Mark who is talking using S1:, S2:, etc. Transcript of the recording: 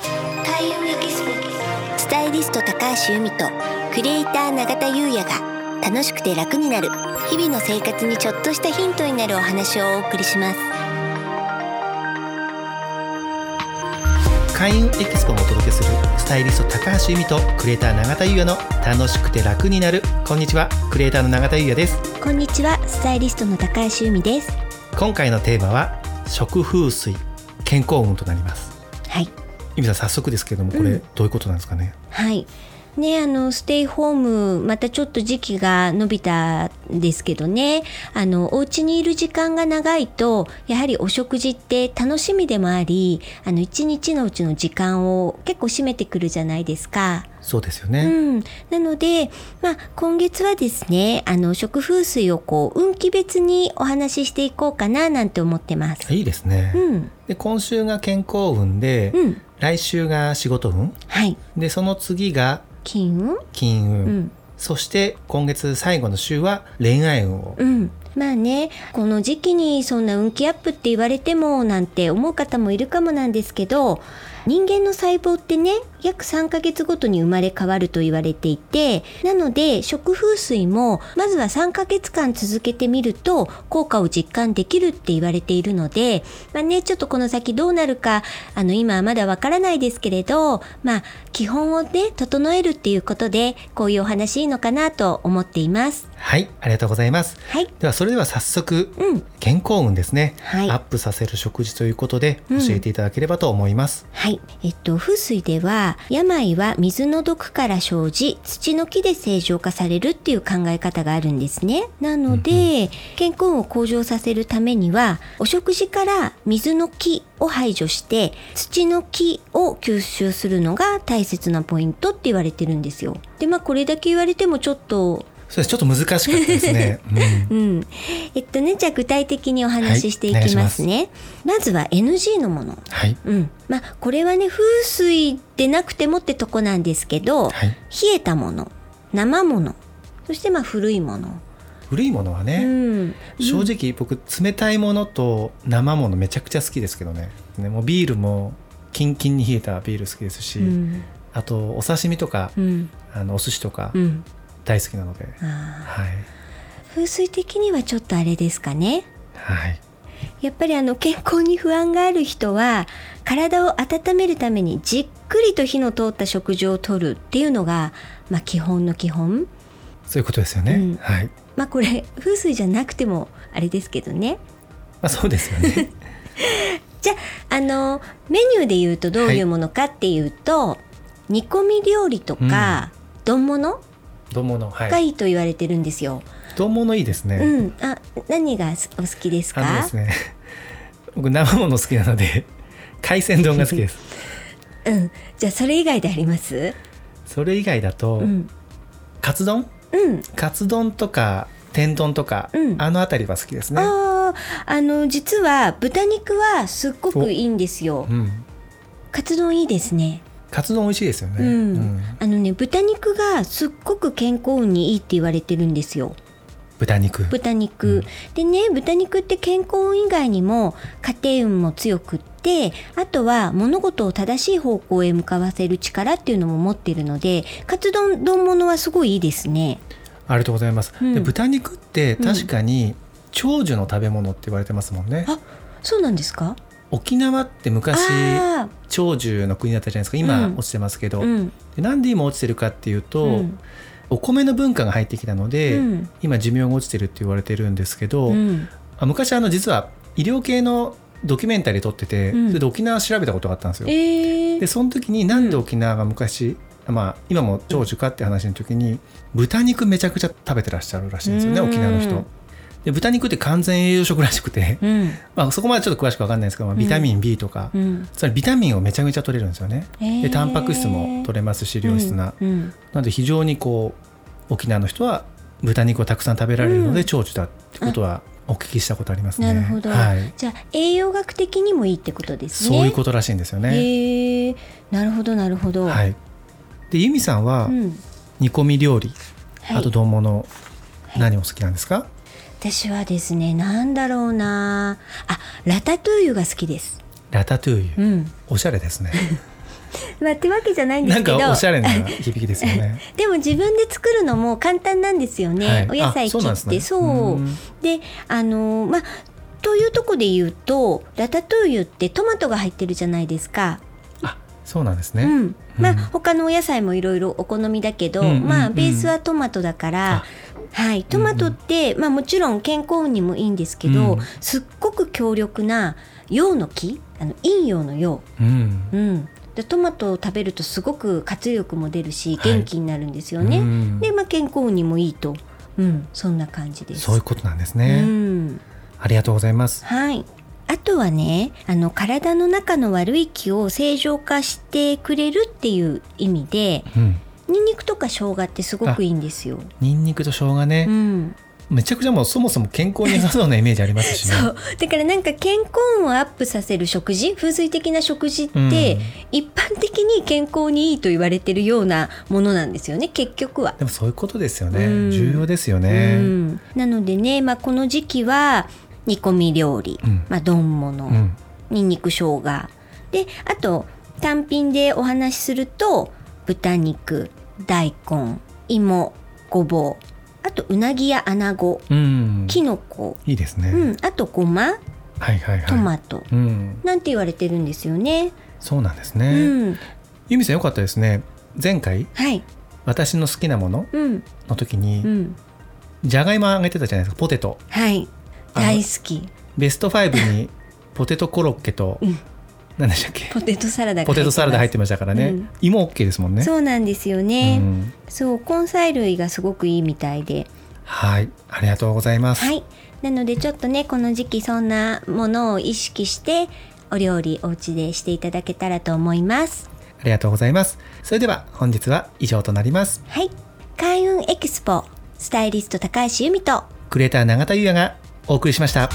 S1: 田優也ギススタイリスト高橋由美とクリエイター永田優也が楽しくて楽になる日々の生活にちょっとしたヒントになるお話をお送りします
S2: 開運エキスポをお届けするスタイリスト高橋由美とクリエイター永田優也の楽しくて楽になるこんにちはクリエイターの永田優也です
S1: こんにちはスタイリストの高橋由美です
S2: 今回のテーマは食風水健康運となります
S1: はい
S2: 由美さん早速ですけれどもこれどういうことなんですかね、
S1: はいね、あのステイホームまたちょっと時期が伸びたんですけどねあのお家にいる時間が長いとやはりお食事って楽しみでもありあの一日のうちの時間を結構占めてくるじゃないですか。
S2: そうですよ
S1: う
S2: ね、
S1: ん、なので、まあ、今月はですねあの食風水をこう運気別にお話ししていこうかななんて思ってます。
S2: いいですね、
S1: うん、
S2: で今週が健康運で、
S1: うん、
S2: 来週が仕事運
S1: はい
S2: でその次が
S1: 金運
S2: 金運、
S1: うん
S2: そして今月最後の週は恋愛運を
S1: うん、まあねこの時期にそんな運気アップって言われてもなんて思う方もいるかもなんですけど人間の細胞ってね約3ヶ月ごとに生まれ変わると言われていてなので食風水もまずは3ヶ月間続けてみると効果を実感できるって言われているので、まあね、ちょっとこの先どうなるかあの今はまだわからないですけれど、まあ、基本をね整えるっていうことでこういうお話いいのかなと思っています。
S2: はいありがとうございます
S1: はい、
S2: ではそれでは早速、
S1: うん
S2: 健康運ですね、
S1: はい
S2: アップさせる食事ということで
S1: うん
S2: 教えていただければと思います、
S1: はい。えっと、風水では、病は水の毒から生じ、土の木で正常化されるっていう考え方があるんですね。なので、健康を向上させるためには、お食事から水の木を排除して、土の木を吸収するのが大切なポイントって言われてるんですよ。で、まあ、これだけ言われてもちょっと、
S2: そうですちょっと難しかったで すね、うん
S1: うん。えっとね、じゃあ具体的にお話ししてい
S2: はい
S1: きますね。まずは NG のもの。
S2: はい
S1: うん、まあこれはね風水でなくてもってとこなんですけど、
S2: はい
S1: 冷えたもの生ものそしてまあ古いもの、
S2: 古いものは
S1: う
S2: ね、
S1: ん、
S2: 正直僕冷たいものと生ものめちゃくちゃ好きですけどねねもうビールもキンキンに冷えたビール好きですし、
S1: うん
S2: あとお刺身とか、
S1: うん
S2: あのお寿司とか
S1: うん
S2: 大好きなので、
S1: あ
S2: はい
S1: ー風水的にはちょっとあれですかね
S2: はい
S1: やっぱりあの健康に不安がある人は体を温めるためにじっくりと火の通った食事をとるっていうのが、まあ、基本の基本
S2: そういうことですよね、
S1: うん
S2: はい
S1: まあこれ風水じゃなくてもあれですけどね
S2: まあそうです よね
S1: じゃああのメニューで言うとどういうものかっていうと、煮込み料理とか、丼物
S2: 丼物は
S1: が
S2: い
S1: いいと言われてるんですよ。
S2: 丼物いいですね、
S1: うん。あ何がすお好きです
S2: あの
S1: か
S2: ですね 僕生もの好きなので 海鮮丼が好きです
S1: うん。じゃあそれ以外であります？
S2: それ以外だと、
S1: うん。
S2: カツ丼
S1: うん。
S2: カツ丼とか天丼とか、
S1: うん
S2: あの辺りは好きですね
S1: あああの実は豚肉はすっごくいいんですよ
S2: う。ん
S1: カツ丼いいですね。
S2: カツ丼美味しいですよね、
S1: うん。
S2: うん
S1: あのね豚肉がすっごく健康運にいいって言われてるんですよ。
S2: 豚肉
S1: 豚肉、
S2: うん
S1: でね豚肉って健康以外にも家庭運も強くってあとは物事を正しい方向へ向かわせる力っていうのも持ってるのでカツ丼丼物はすごいいいですね。
S2: ありがとうございます、
S1: うん
S2: で豚肉って確かに長寿の食べ物って言われてますもんね、
S1: あそうなんですか
S2: 沖縄って昔
S1: あ
S2: 長寿の国だったじゃないですか今
S1: うん
S2: 落ちてますけ
S1: あ
S2: ど、
S1: うん
S2: でなんで今落ちてるかっていうと、
S1: うん
S2: お米の文化が入ってきたので、
S1: うん
S2: 今寿命が落ちてるって言われてるんですけど、
S1: うん
S2: あ昔あの実は医療系のドキュメンタリー撮ってて、
S1: うん
S2: それで沖縄調べたことがあったんですよ。
S1: えー、
S2: でその時になんで沖縄が昔、まあ今も長寿かって話の時に豚肉めちゃくちゃ食べてらっしゃるらしいんですよね、
S1: うん
S2: 沖縄の人。で豚肉って完全栄養食らしくて、
S1: うん
S2: まあ、そこまでちょっと詳しく分かんないですけど、まあビタミン B とか、
S1: うん
S2: つまりビタミンをめちゃめちゃ取れるんですよね。
S1: えー
S2: でタンパク質も取れますし良質な、
S1: うんうん
S2: なので非常にこう沖縄の人は豚肉をたくさん食べられるの
S1: う
S2: で
S1: ん
S2: 長寿だってことはお聞きしたことありますね。
S1: なるほど、
S2: はい、
S1: じゃあ栄養学的にもいいってことですね。
S2: そういうことらしいんですよね。
S1: へえー、なるほどなるほど。
S2: はい。で由美さんは
S1: うん
S2: 煮込み料理、
S1: はい
S2: あと丼物、何お好きなんですか？
S1: 私はですねなんだろうなあラタトゥーユが好きです
S2: ラタトゥーユ、
S1: うん
S2: おしゃれですね。
S1: まあってわけじゃないんで
S2: な
S1: す
S2: ん
S1: けど
S2: かおしゃれな響きですよね。
S1: でも自分で作るのも簡単なんですよ ね、
S2: はい
S1: お野菜
S2: あ
S1: 切
S2: そうな
S1: っ
S2: んです
S1: て
S2: ね
S1: そう
S2: うん
S1: であのまあというとこで言うとラタトゥイユってトマトが入ってるじゃないですか、
S2: あ、そうなんです
S1: う
S2: ね。
S1: ん、まあ
S2: うん
S1: 他のお野菜もいろいろお好みだけど、
S2: うんうんうん
S1: まあベースはトマトだから
S2: あ、
S1: はい、トマトって、まあもちろん健康にもいいんですけど、
S2: うん
S1: すっごく強力な陽の木あの陰陽の陽
S2: うん。
S1: うん、でトマトを食べるとすごく活力も出るし
S2: はい
S1: 元気になるんですよね。
S2: うん
S1: で、まあ、健康にもいいと、うん、そんな感じです。
S2: そういうことなんです
S1: う
S2: ね。
S1: ん
S2: ありがとうございます。
S1: はいあとはねあの体の中の悪い気を正常化してくれるっていう意味で
S2: うん。
S1: ニンニクとか生姜ってすごくいいんですよ。
S2: ニンニクと生姜
S1: う
S2: ね、
S1: ん、
S2: めちゃくちゃもうそもそも健康に良さそうなイメージありますしね。
S1: そうだからなんか健康運をアップさせる食事風水的な食事って、
S2: うん
S1: 一般的に健康にいいと言われてるようなものなんですよね結局は。
S2: でもそういうことですよ
S1: うん
S2: ね。重要ですよ
S1: う
S2: ね。
S1: ん、なのでね、まあ、この時期は煮込み料理、
S2: うん
S1: まあ、丼物、
S2: うん。
S1: にんにく生姜であと単品でお話しすると豚肉大根芋ごぼうあとうなぎや穴子
S2: うん。
S1: きのこ、
S2: いいですね。
S1: うん、あとごま
S2: はいはいはい。
S1: トマト、
S2: うん。
S1: なんて言われてるんですよね。
S2: そうなんです
S1: う
S2: ね。
S1: ん、
S2: 由美さんよかったですね。前回
S1: はい、
S2: 私の好きなもの
S1: うん、
S2: の時
S1: う
S2: に
S1: ん、
S2: じゃがいもあげてたじゃないですか。ポテト。
S1: はい、
S2: あの
S1: 大好き
S2: ベスト5にポテトコロッケと
S1: うん
S2: 何でしたっけ？
S1: ポテトサラダが
S2: ポテトサラダ入っててましたからね、
S1: うん
S2: 芋 OK ですもん
S1: ま
S2: ね
S1: す。そうなんですよね。
S2: うん
S1: そう根菜類がすごくいいみたいで
S2: はいありがとうございます、
S1: はいなのでちょっとねこの時期そんなものを意識してお料理お家でしていただけたらと思います
S2: ありがとうございますそれでは本日は以上となります
S1: はい開運エキスポスタイリスト高橋由美と
S2: クリエイター永田優也がお送りしました